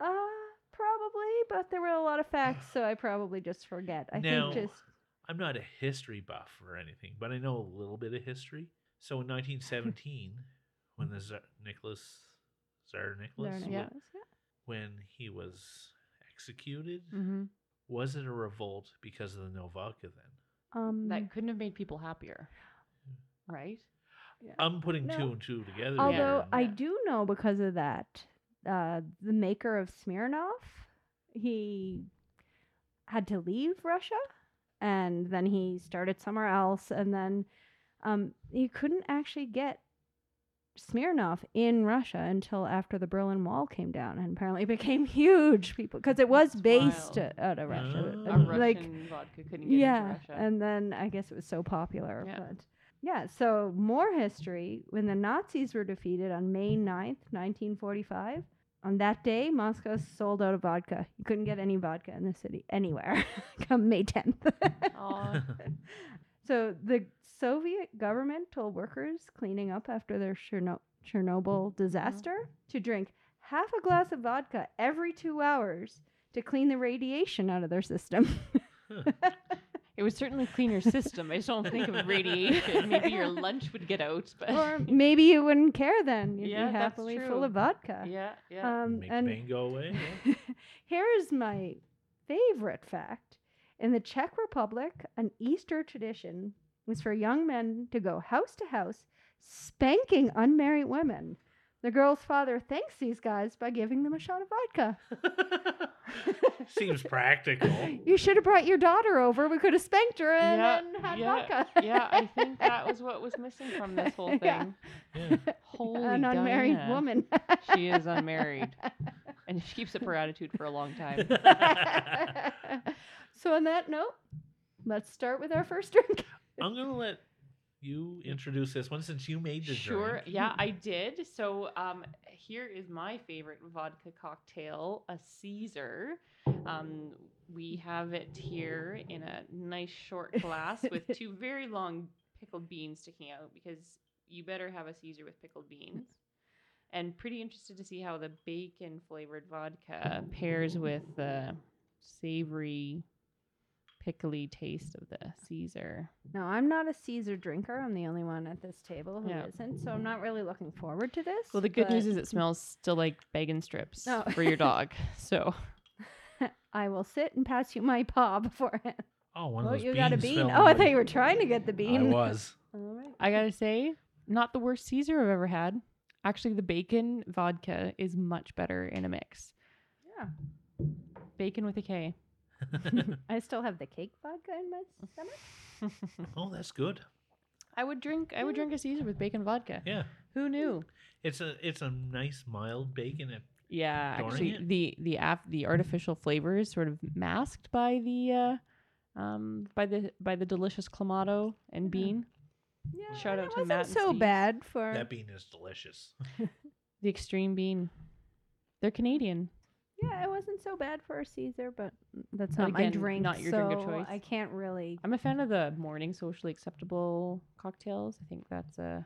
S3: Uh, probably, but there were a lot of facts, so I probably just forget. I
S1: Now-
S3: think just
S1: I'm not a history buff or anything, but I know a little bit of history. So in 1917, when the Tsar Nicholas Tsar Nicholas
S3: learning.
S1: wa-
S4: yeah.
S3: those, yeah.
S1: when he was executed,
S3: Mm-hmm.
S4: hmm
S1: was it a revolt because of the no vodka then?
S3: Um,
S4: That couldn't have made people happier, right?
S1: I'm putting
S3: No.
S1: two and two together.
S4: Yeah.
S3: Although
S1: here.
S3: I
S4: Yeah.
S3: do know because of that, uh, the maker of Smirnoff, he had to leave Russia, and then he started somewhere else, and then um, you couldn't actually get Smirnoff in Russia until after the Berlin Wall came down, and apparently it became huge people because it was
S4: That's
S3: based
S4: wild.
S3: o- out of Russia,
S1: Oh.
S4: A
S1: Um,
S3: and,
S4: Russian
S3: like
S4: vodka couldn't get
S3: yeah,
S4: into Russia.
S3: and then I guess it was so popular.
S4: Yeah.
S3: But yeah, so more history. When the Nazis were defeated on May 9th, 1945, on that day, Moscow sold out of vodka. You couldn't get any vodka in the city anywhere come May 10th.
S4: Aw.
S3: so the Soviet government told workers cleaning up after their Cherno- Chernobyl
S4: Mm-hmm.
S3: disaster to drink half a glass of vodka every two hours to clean the radiation out of their system.
S4: It would certainly clean your system. I just don't think of radiation. Maybe your lunch would get out, but
S3: or maybe you wouldn't care then. You'd
S4: Yeah,
S3: be
S4: that's
S3: happily full
S4: true.
S3: of vodka.
S4: yeah, yeah.
S3: Um,
S1: Make the
S3: and
S1: pain go away. yeah.
S3: here's my favorite fact. In the Czech Republic, an Easter tradition was for young men to go house to house spanking unmarried women. The girl's father thanks these guys by giving them a shot of vodka.
S1: Seems practical.
S3: You should have brought your daughter over. We could have spanked her and
S4: Yeah,
S3: then had
S4: yeah,
S3: vodka.
S4: yeah, I think that was what was missing from this whole thing.
S3: Yeah.
S1: Yeah.
S4: Holy
S3: An unmarried
S4: Diana.
S3: woman.
S4: She is unmarried, and she keeps up her attitude for a long time.
S3: so on that note, let's start with our first drink.
S1: I'm gonna let you introduce this one since you made the
S4: Sure.
S1: drink.
S4: Yeah, I did. So um, here is my favorite vodka cocktail, a Caesar. Um, we have it here in a nice short glass with two very long pickled beans sticking out because you better have a Caesar with pickled beans. And pretty interested to see how the bacon flavored vodka pairs with the savory, pickly taste of the Caesar.
S3: No, I'm not a Caesar drinker. I'm the only one at this table who
S4: Yeah.
S3: not so I'm not really looking forward to this.
S4: Well, the good news
S3: but
S4: is it smells still like bacon strips
S3: Oh.
S4: for your dog. So
S3: I will sit and pass you my paw beforehand.
S1: Oh, one
S3: Oh,
S1: of those
S3: you
S1: beans
S3: got a bean.
S1: fell
S3: Oh, I
S1: on
S3: thought
S1: me.
S3: you were trying to get the bean.
S1: I was.
S3: All right.
S4: I gotta say, not the worst Caesar I've ever had. Actually, the bacon vodka is much better in a mix.
S3: Yeah.
S4: Bacon with a K.
S3: I still have the cake vodka in my stomach.
S1: oh, that's good.
S4: I would drink. I would drink a Caesar with bacon vodka.
S1: Yeah,
S4: Who knew?
S1: it's a it's a nice mild bacon. It,
S4: Yeah,
S1: Darn
S4: actually,
S1: it.
S4: the the af- the artificial flavor is sort of masked by the uh, um by the by the delicious clamato and bean.
S3: Yeah,
S4: Shout
S3: and
S4: out
S3: it
S4: to
S3: wasn't
S4: Matt and
S3: so
S4: Steve.
S3: bad for
S1: that bean is delicious.
S4: The extreme bean. They're Canadian.
S3: Yeah, it wasn't so bad for a Caesar, but that's
S4: But
S3: not my
S4: again,
S3: drink.
S4: not your
S3: so
S4: drink of choice.
S3: I can't really.
S4: I'm a fan of the morning socially acceptable cocktails. I think that's a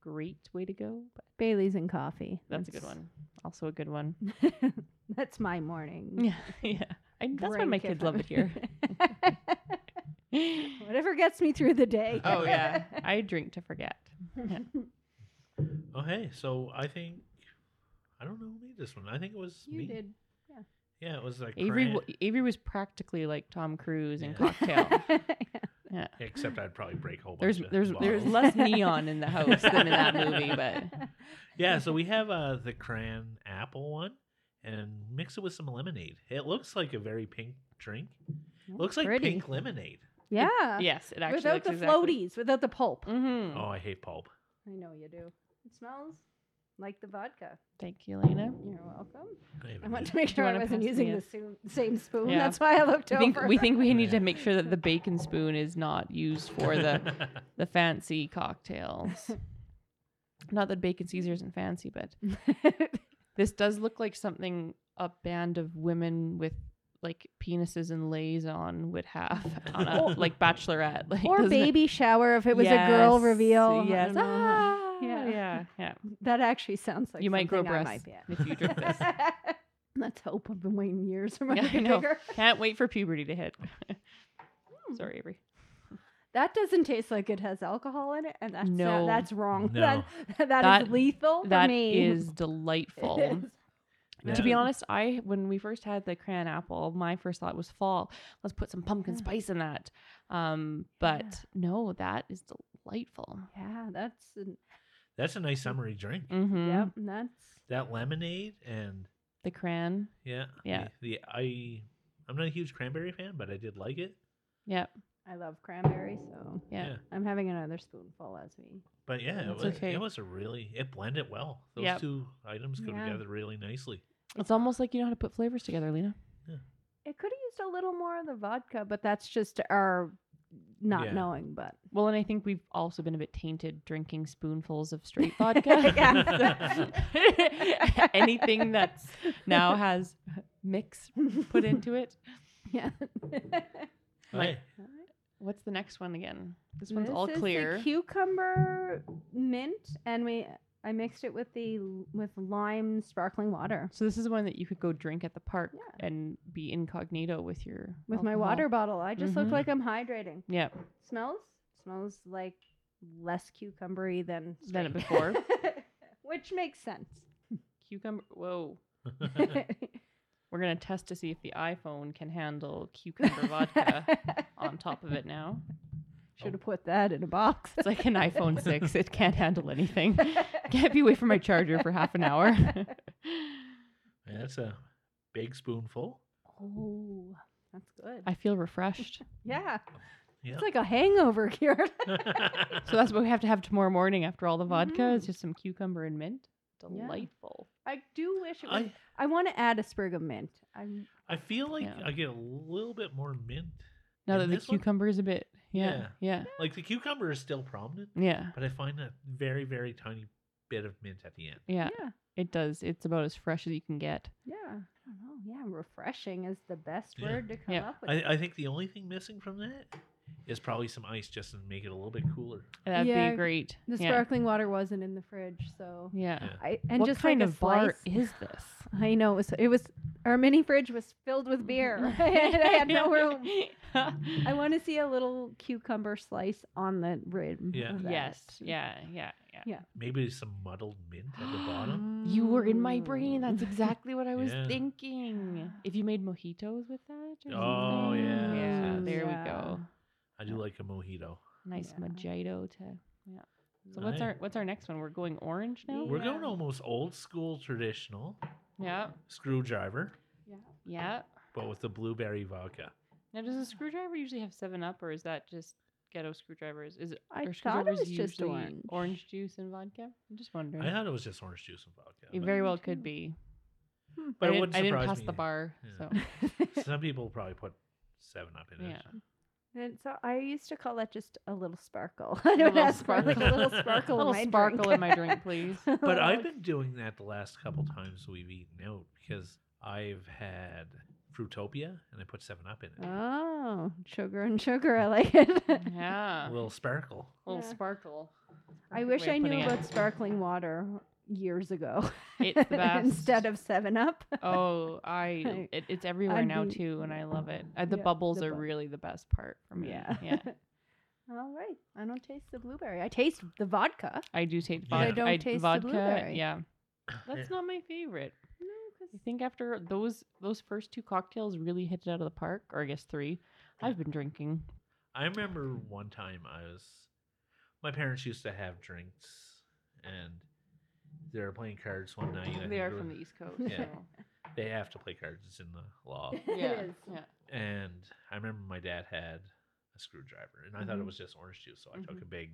S4: great way to go. But
S3: Bailey's and coffee.
S4: that's a good one. Also a good one.
S3: one. that's my morning.
S4: Yeah, yeah. I, that's why my
S3: drink if
S4: kids love
S3: I'm-
S4: it here.
S3: Whatever gets me through the day.
S4: oh yeah, I drink to forget. Yeah.
S1: Okay, Oh, so I think I don't know who made this one. I think it was
S3: you
S1: me.
S3: did.
S1: Yeah, it was like
S4: Avery,
S1: Grant,
S4: w- Avery was practically like Tom Cruise in
S1: Yeah.
S4: Cocktail. Yeah.
S1: except I'd probably break a whole
S4: There's
S1: bunch. of
S4: there's there's
S1: bottles.
S4: less neon in the house than in that movie, but
S1: Yeah, so we have uh, the cran apple one and mix it with some lemonade. It looks like a very pink drink. looks like
S3: pretty.
S1: pink lemonade.
S3: Yeah.
S4: yes, it actually
S3: Without
S4: looks
S3: the
S4: exactly. Hmm.
S3: floaties, without the pulp.
S4: Mm-hmm.
S1: Oh, I hate pulp.
S3: I know you do. It smells like the vodka.
S4: Thank you, Lena.
S3: You're welcome.
S1: Wait a
S3: I want
S1: minute.
S3: to make
S4: Mm. Do you
S3: sure I
S4: wanna
S3: wasn't
S4: pass me
S3: using
S4: a-
S3: the same, same spoon.
S4: Yeah.
S3: That's why I looked
S4: I
S3: over.
S4: think, we think we need
S1: Yeah.
S4: to make sure that the bacon spoon is not used for the the fancy cocktails. Not that bacon Caesar isn't fancy, but this does look like something a band of women with like penises and lays on would have on a like bachelorette, like
S3: or
S4: doesn't it-
S3: baby shower if it was a girl
S4: Yes,
S3: reveal.
S4: Yes, Ah,
S3: Yeah.
S4: yeah, yeah, yeah.
S3: That actually sounds like
S4: You might grow
S3: something I
S4: breasts
S3: might be
S4: if you drink this.
S3: at. Let's hope I've been waiting years for my
S4: Yeah, I know.
S3: bigger.
S4: Can't wait for puberty to hit.
S3: Hmm.
S4: Sorry, Avery.
S3: That doesn't taste like it has alcohol in it, and that's
S4: No.
S3: that's wrong.
S1: No.
S3: That, that is
S4: That-
S3: lethal for
S4: That
S3: me.
S4: is
S3: It
S4: delightful.
S3: is.
S4: To be
S1: Yeah.
S4: honest, I when we first had the crayon apple, my first thought was fall. Let's put some pumpkin
S3: Yeah.
S4: spice in that. Um, but no, that is delightful.
S3: Yeah, that's an,
S1: That's a nice summery drink.
S4: Mm-hmm.
S3: yep, that's
S1: That lemonade and
S4: The crayon.
S1: yeah,
S4: Yeah.
S1: The, the I, I'm not a huge cranberry fan, but I did like it.
S4: Yep.
S3: I love cranberry, so
S4: Yeah.
S1: Yeah.
S3: I'm having another spoonful as we.
S1: But yeah, it
S4: That's
S1: was,
S4: okay.
S1: it was a really it blended well. Those
S4: Yep.
S1: two items go
S3: Yeah.
S1: together really nicely.
S4: It's almost like you know how to put flavors together, Lena.
S3: It could have used a little more of the vodka, but that's just our not
S1: Yeah.
S3: knowing. But
S4: Well, and I think we've also been a bit tainted drinking spoonfuls of straight vodka.
S3: Yeah.
S4: Anything that's now has mix put into it.
S3: yeah,
S1: Hey,
S4: What's the next one again? This one's all
S3: is the
S4: clear.
S3: cucumber mint, and we I mixed it with the l- with lime sparkling water
S4: So this is one that you could go drink at the park
S3: Yeah.
S4: and be incognito with your
S3: with my
S4: alcohol.
S3: water bottle. I just look
S4: Mhm.
S3: like I'm hydrating.
S4: Yeah,
S3: Smells smells like less cucumbery than
S4: Than it
S3: straight.
S4: before.
S3: which makes sense.
S4: cucumber. Whoa, we're gonna test to see if the iPhone can handle cucumber vodka on top of it now.
S3: Should have put that in a box.
S4: It's like an iPhone six; it can't handle anything. Can't be away from my charger for half an hour.
S1: man, that's a big spoonful.
S3: Oh, that's good.
S4: I feel refreshed.
S3: yeah,
S1: Yeah.
S3: it's like a hangover cure.
S4: So that's what we have to have tomorrow morning after all the vodka. It's just some cucumber and mint.
S3: Yeah.
S4: Delightful.
S3: I do wish it was.
S1: I
S3: I, want to add a sprig of mint. I'm,
S1: I feel like
S4: Yeah.
S1: I get a little bit more mint.
S4: Now
S1: In
S4: that the
S1: this one?
S4: cucumber is a bit, yeah, yeah,
S1: Like the cucumber is still prominent,
S4: yeah, yeah.
S1: but I find a very very tiny bit of mint at the end.
S3: yeah,
S4: It does. It's about as fresh as you can get.
S3: yeah. I don't know. Yeah, refreshing is the best
S1: Yeah.
S3: word to come
S4: Yeah.
S3: up with.
S1: I, I think the only thing missing from that is probably some ice just to make it a little bit cooler.
S4: That'd
S3: Yeah,
S4: be great.
S3: the
S4: yeah.
S3: sparkling water wasn't in the fridge, so
S4: Yeah.
S1: Yeah.
S3: I and
S4: what
S3: just
S4: kind
S3: like a
S4: of bar
S3: slice-
S4: is this?
S3: I know it was, it was our mini fridge was filled with beer. I had no room. I want to see a little cucumber slice on the rim.
S1: Yeah.
S3: of that.
S4: yes. Yeah. Yeah. Yeah.
S1: Maybe some muddled mint at the bottom.
S4: You were in my brain. That's exactly what I was
S1: Mm. Yeah.
S4: thinking. If you made mojitos with that, or
S1: Oh,
S4: something.
S1: yeah.
S4: yeah. There
S3: Yeah.
S4: we go.
S1: I do like a mojito.
S4: Nice
S3: Yeah.
S4: mojito to. Yeah. So what's
S1: Aye.
S4: our what's our next one? We're going orange now.
S1: We're
S3: Yeah.
S1: going almost old school traditional
S4: Yeah.
S1: screwdriver,
S4: Yeah.
S1: but with the blueberry vodka.
S4: Now, does a screwdriver usually have Seven Up, or is that just ghetto screwdrivers? Is it?
S3: I
S4: are
S3: thought it
S4: screwdrivers
S3: was just
S4: usually
S3: orange.
S4: orange juice and vodka. I'm just wondering.
S1: I thought it was just orange juice and vodka.
S4: it
S1: but-
S4: very
S3: Me
S4: well
S3: too.
S4: could be.
S1: But
S4: I
S1: it
S4: didn't,
S1: wouldn't
S4: I didn't
S1: surprise
S4: pass
S1: me.
S4: the bar,
S1: Yeah.
S4: so
S1: Some people probably put Seven Up in it.
S4: Yeah.
S3: And so I used to call that just a little sparkle. I don't ask for like a little
S1: sparkle.
S3: sparkle,
S4: a little
S3: in my
S4: sparkle
S3: drink.
S4: in my drink, please.
S1: But I've been doing that the last couple times we've eaten out because I've had Fruitopia and I put Seven Up in it.
S4: Ah.
S3: Oh, sugar and sugar. I like it.
S1: a
S4: yeah,
S1: little sparkle.
S4: little
S3: Yeah.
S4: sparkle.
S3: I
S4: Perfect
S3: wish
S4: way of
S3: I knew
S4: putting it.
S3: about sparkling water years ago
S4: It's the best.
S3: instead of Seven Up.
S4: Oh, I it, it's everywhere
S3: I'd
S4: now
S3: be-
S4: too, and I love it. Uh, the
S3: Yeah,
S4: bubbles
S3: the
S4: are
S3: bub-
S4: really the best part for me.
S3: Yeah.
S4: yeah.
S3: All right. I don't taste the blueberry. I taste the vodka.
S4: I do taste
S1: But I
S4: vodka.
S3: don't taste the
S4: vodka.
S3: blueberry.
S4: Yeah,
S1: Yeah.
S4: that's not my favorite.
S3: No,
S4: I think after those those first two cocktails really hit it out of the park, or I guess three. I've been drinking.
S1: I remember one time I was my parents used to have drinks and they were playing cards one night. and I
S4: They are
S1: think
S4: from the
S1: were-
S4: East Coast.
S1: Yeah.
S4: so-
S1: they have to play cards, it's in the law.
S3: It
S4: yeah,
S3: is.
S4: yeah.
S1: and I remember my dad had a screwdriver and I thought it
S4: Mhm.
S1: was just orange juice, so I took
S4: Mhm.
S1: a big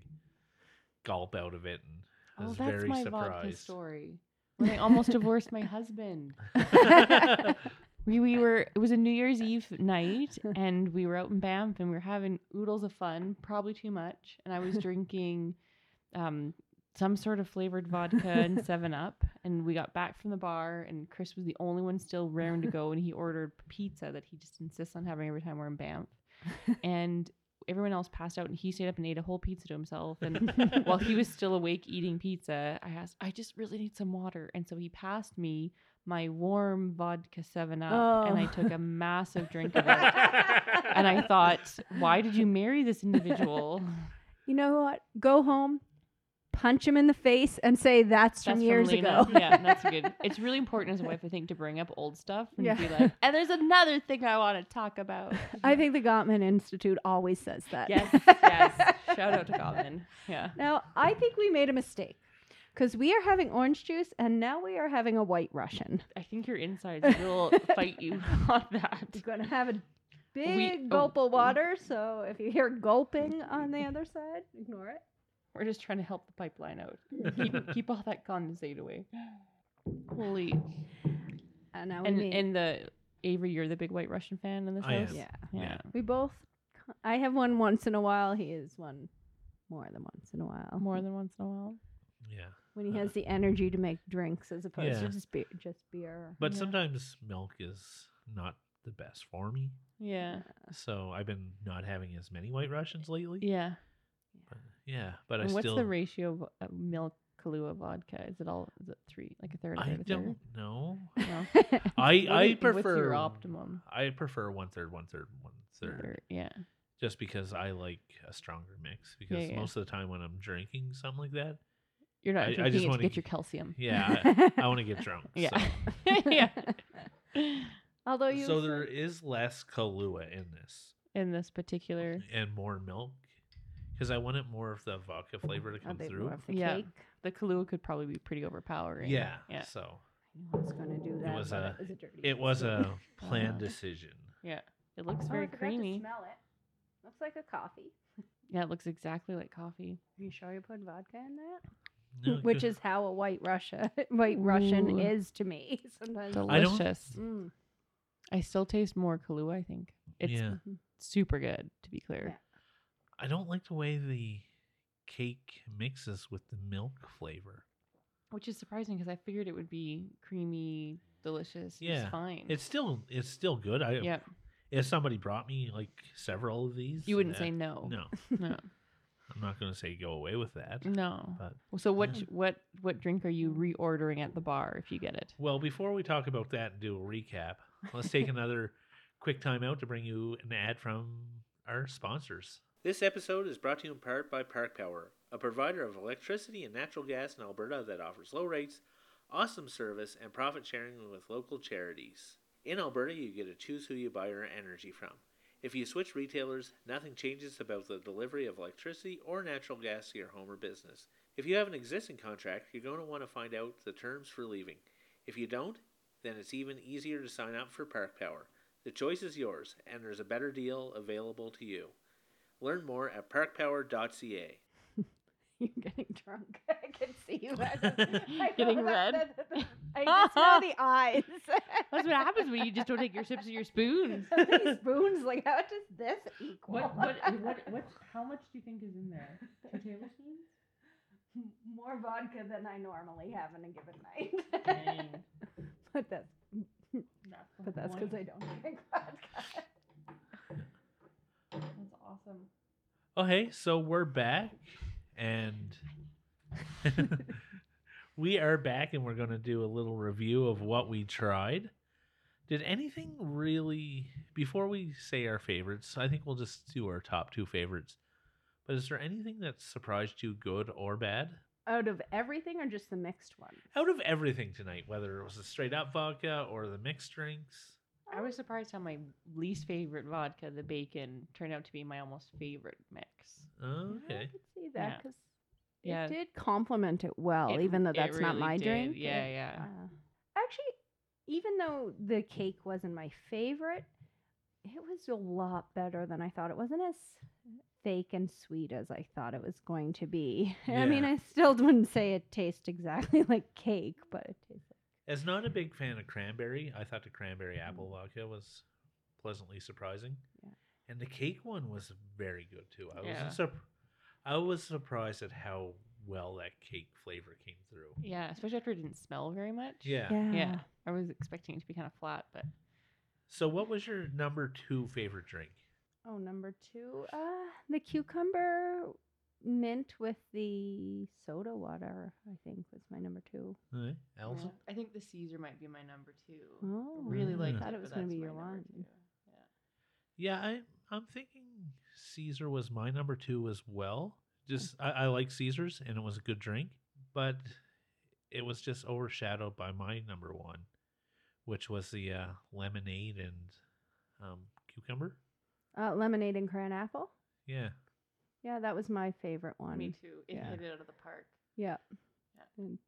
S1: gulp out of it and I
S4: oh,
S1: was
S4: that's
S1: very
S4: my vodka
S1: surprised.
S4: story. When I almost divorced my husband. We, we were it was a New Year's Eve night and we were out in Banff and we were having oodles of fun, probably too much, and I was drinking um some sort of flavored vodka and seven up and we got back from the bar and Chris was the only one still raring to go and he ordered pizza that he just insists on having every time we're in Banff. And everyone else passed out and he stayed up and ate a whole pizza to himself and while he was still awake eating pizza, I asked, I just really need some water. And so he passed me my warm vodka 7 up and I
S3: Oh.
S4: took a massive drink of it. And I thought, why did you marry this individual?
S3: You know what? Go home, punch him in the face, and say that's, from
S4: That's
S3: years
S4: Lena.
S3: ago.
S4: yeah, that's good. It's really important as a wife, I think, to bring up old stuff and
S3: Yeah.
S4: be like, and there's another thing I want to talk about.
S3: I think the Gottman Institute always says that.
S4: Yes, yes. Shout out to Goblin. Yeah.
S3: Now, I think we made a mistake because we are having orange juice and now we are having a white Russian.
S4: I think your insides will fight you on that.
S3: We're going to have a big
S4: oh.
S3: gulp of water. So if you hear gulping on the other side, ignore it.
S4: We're just trying to help the pipeline out. Keep, keep all that condensate away. Holy.
S3: And now we
S4: And,
S3: made-
S4: and the Avery, you're the big white Russian fan in this
S1: I am.
S4: house?
S3: yeah.
S4: Yeah.
S3: We both, I have one once in a while. He is one more than once in a while.
S4: More than once in a while.
S1: Yeah.
S3: when he
S1: uh,
S3: has the energy to make drinks as opposed
S1: Yeah.
S3: to just beer. Just beer.
S1: But
S4: Yeah.
S1: sometimes milk is not the best for me.
S4: Yeah.
S1: So I've been not having as many white Russians lately.
S4: Yeah.
S1: But, yeah, but I
S4: And what's
S1: still
S4: the ratio of uh, milk Kahlua vodka? Is it all is it three like a third? a
S1: I
S4: third, a
S1: don't
S4: third?
S1: know.
S4: No.
S1: I
S4: What
S1: I
S4: is-
S1: prefer
S4: what's your optimum?
S1: I prefer one third, one third, one third.
S4: Or- yeah.
S1: Just because I like a stronger mix. Because
S4: yeah.
S1: most of the time when I'm drinking something like that,
S4: You're not
S1: I- I
S4: drinking
S1: just
S4: it to
S1: wanna
S4: get
S1: g-
S4: your calcium.
S1: yeah, I, I want to get drunk.
S4: Yeah.
S1: So.
S4: yeah.
S3: Although you
S1: So
S3: said-
S1: there is less Kahlua in this
S4: In this particular
S1: and more milk because I wanted more of the vodka flavor to
S4: Oh,
S3: a
S1: come
S3: bit
S1: through.
S3: more of Oh, the
S4: Yeah.
S3: cake.
S4: the Kahlua could probably be pretty overpowering.
S1: Yeah,
S4: Yeah.
S1: So
S3: I was going to do that.
S1: was
S3: but
S1: a-
S3: it was a dirty
S1: it was
S3: mistake.
S1: a planned
S4: Yeah.
S1: decision.
S4: It looks
S3: Oh, I
S4: very
S3: forgot to
S4: creamy.
S3: smell it. Looks like a coffee.
S4: Yeah, it looks exactly like coffee.
S3: Are you sure you put vodka in that?
S1: No, it
S3: Which
S1: could-
S3: is how a white Russia, white Russian
S4: Ooh.
S3: is to me. Sometimes.
S1: don't-
S4: Delicious.
S3: Mm.
S4: I, still taste more Kahlua, I think. It's
S1: yeah.
S4: super good, to be clear.
S1: I don't like the way the cake mixes with the milk flavor.
S4: Which is surprising because I figured it would be creamy, delicious,
S1: Yeah.
S4: just fine.
S1: It's still it's still good. I
S4: yeah.
S1: if somebody brought me like several of these,
S4: You wouldn't
S1: uh,
S4: say no.
S1: no.
S4: No.
S1: I'm not going to say go away with that.
S4: No.
S1: But
S4: Well, So what
S1: Yeah.
S4: what what drink are you reordering at the bar if you get it?
S1: well, before we talk about that and do a recap, let's take another quick time out to bring you an ad from our sponsors. This episode is brought to you in part by Park Power, a provider of electricity and natural gas in Alberta that offers low rates, awesome service, and profit sharing with local charities. In Alberta, you get to choose who you buy your energy from. If you switch retailers, nothing changes about the delivery of electricity or natural gas to your home or business. If you have an existing contract, you're going to want to find out the terms for leaving. If you don't, then it's even easier to sign up for Park Power. The choice is yours, and there's a better deal available to you. Learn more at parkpower.ca.
S3: You're getting drunk. I can see you. I just- I
S4: Getting
S3: know that-
S4: red.
S3: that- that- I just saw the eyes.
S4: That's what happens when you just don't take your sips of your spoon.
S3: Some of these spoons, like how does this equal?
S4: What what what what? How much do you think is in there? Two tablespoons.
S3: M- More vodka than I normally have in a given night.
S4: Dang.
S3: but that's
S4: That's
S3: but that's because I don't drink vodka.
S4: That's awesome.
S1: Okay, Oh, so we're back, and we are back, and we're going to do a little review of what we tried. Did anything really, before we say our favorites, I think we'll just do our top two favorites. But is there anything that surprised you, good or bad?
S3: Out of everything, or just the mixed one?
S1: Out of everything tonight, whether it was the straight up vodka or the mixed drinks.
S4: I was surprised how my least favorite vodka, the bacon, turned out to be my almost favorite mix.
S3: I
S1: Okay.
S3: could see
S4: Yeah.
S3: that because
S4: Yeah.
S3: it did complement it well,
S4: It-
S3: Oh, even though
S4: it
S3: that's not
S4: really
S3: my
S4: did.
S3: drink.
S4: Yeah,
S3: it-
S4: yeah.
S3: uh, actually, even though the cake wasn't my favorite, it was a lot better than I thought. It wasn't as fake and sweet as I thought it was going to be. I mean,
S1: Yeah.
S3: I still wouldn't say it tastes exactly like cake, but it tastes
S1: As not a big fan of cranberry, I thought the cranberry apple vodka was pleasantly surprising.
S3: Yeah.
S1: And the cake one was very good too. I
S4: Yeah.
S1: was surp- I was surprised at how well that cake flavor came through.
S4: Yeah, especially after it didn't smell very much.
S1: Yeah.
S3: like yeah.
S4: Yeah. I was expecting it to be kind of flat, but
S1: So what was your number 2 favorite drink?
S3: Oh, number two, uh, the cucumber mint with the soda water. I think was my number two.
S1: Huh? Allison?
S4: I think the Caesar might be my number two.
S3: Oh,
S4: Really
S1: liked
S4: like
S1: it,
S3: thought it was going to be your one.
S1: Yeah, I I'm thinking Caesar was my number two as well. Just I, I like Caesars and it was a good drink, but it was just overshadowed by my number one, which was the uh, lemonade and um, cucumber.
S3: Uh, lemonade and cran apple.
S1: Yeah,
S3: Yeah, that was my favorite one.
S4: Me too. It
S3: Yeah.
S4: hit it out of the park.
S3: Yeah.
S4: Yeah.
S3: It's-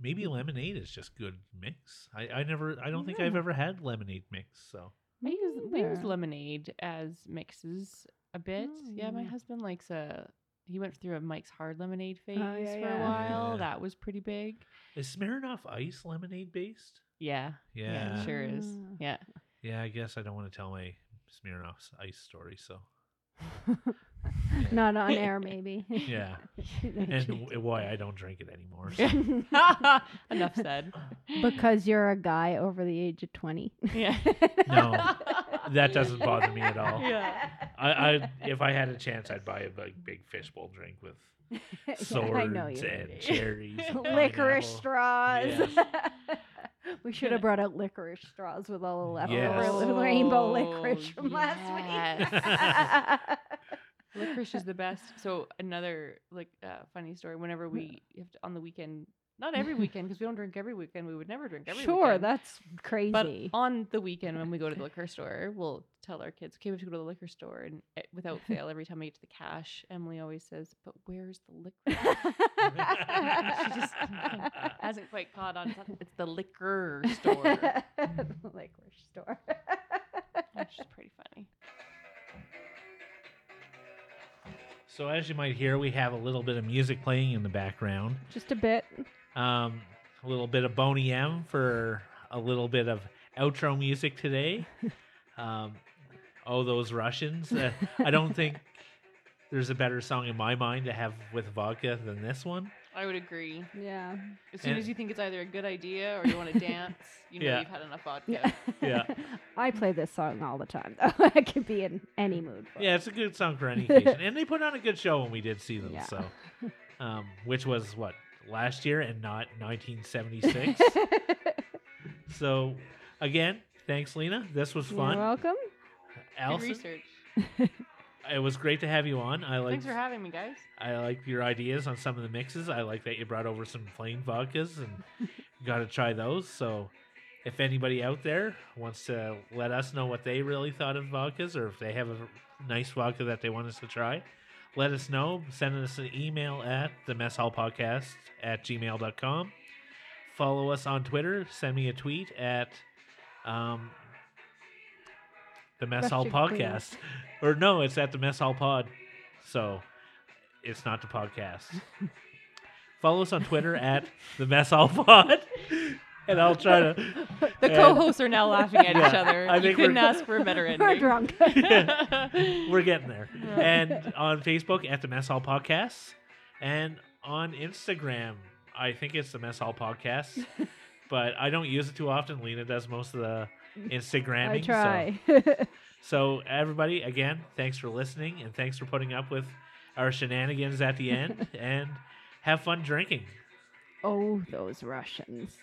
S1: maybe lemonade is just good mix. I I never I don't think I've
S3: Yeah.
S1: ever had lemonade mix. So
S4: We
S3: Me
S4: use, we use
S3: neither.
S4: lemonade as mixes a bit. Yeah, my
S3: Mm.
S4: husband likes a. He went through a Mike's Hard Lemonade phase
S3: Oh, yeah,
S4: for a
S3: yeah.
S4: while.
S1: Yeah.
S4: That was pretty big.
S1: is Smirnoff Ice lemonade based?
S4: Yeah,
S1: Yeah, yeah.
S4: it sure is.
S3: Ah.
S4: Yeah,
S1: I guess I don't want to tell my Smirnoff's Ice story. So
S3: Not on air, maybe.
S1: yeah, and w- why I don't drink it anymore. so.
S4: enough said.
S3: because you're a guy over the age of 20.
S4: yeah,
S1: No, that doesn't bother me at all.
S4: Yeah.
S1: I, I if I had a chance, I'd buy a big, big fishbowl drink with swords
S3: I know you.
S1: and cherries, and
S3: Licorice
S1: pineapple.
S3: straws.
S1: Yes.
S3: we should have brought out licorice straws with all the leftover
S1: Yes.
S3: li- rainbow
S4: Oh,
S3: licorice from last
S1: yes.
S3: week.
S4: Licorice is the best. So another like uh, funny story. Whenever we have to, on the weekend, not every weekend because we don't drink every weekend. We would never drink every
S3: sure,
S4: weekend.
S3: that's crazy.
S4: But on the weekend when we go to the liquor store, we'll tell our kids, okay, we have to go to the liquor store. And eh, without fail, every time I get to the cash, Emily always says, but where's the liquor? she just hasn't quite caught on. to- It's the liquor store.
S3: licorice store.
S4: Which is pretty funny.
S1: So as you might hear, we have a little bit of music playing in the background.
S3: Just a bit.
S1: Um, a little bit of Boney M for a little bit of outro music today. Um, oh, those Russians! Uh, I don't think there's a better song in my mind to have with vodka than this one.
S4: I would agree.
S3: Yeah.
S4: As soon
S1: And-
S4: as you think it's either a good idea or you want to dance, you know
S1: Yeah.
S4: you've had enough vodka.
S3: Yeah.
S1: Yeah.
S3: I play this song all the time, though. I could be in any mood. for it.
S1: Yeah, it's a good song for any occasion. and they put on a good show when we did see them.
S3: Yeah.
S1: So, um, which was what last year and not 1976. so, again, thanks, Lena. This was
S3: You're
S1: fun.
S3: welcome.
S4: Good
S1: Allison,
S4: research.
S1: it was great to have you on. I like
S4: Thanks for having me, guys.
S1: I like your ideas on some of the mixes. I like that you brought over some plain vodkas and got to try those. So, if anybody out there wants to let us know what they really thought of vodkas or if they have a nice vodka that they want us to try, let us know. Send us an email at the mess hall podcast at gmail.com. Follow us on Twitter. Send me a tweet at um, the mess hall
S3: Rustic Queen.
S1: podcast. Or no, it's at the mess hall pod. So it's not the podcast. Follow us on Twitter at the mess hall pod. And I'll try to
S4: The
S1: And-
S4: co-hosts are now laughing at each
S1: Yeah,
S4: other.
S1: I
S4: you
S1: think
S4: couldn't
S1: we're-
S4: ask for a better
S3: We're
S4: ending.
S3: drunk.
S1: We're getting there. And on Facebook at the Mess Hall Podcast, and on Instagram, I think it's the Mess Hall Podcast, but I don't use it too often. Lena does most of the Instagramming.
S3: I
S1: so-
S3: try.
S1: So, everybody, again, thanks for listening and thanks for putting up with our shenanigans at the end. and have fun drinking.
S3: oh, those Russians.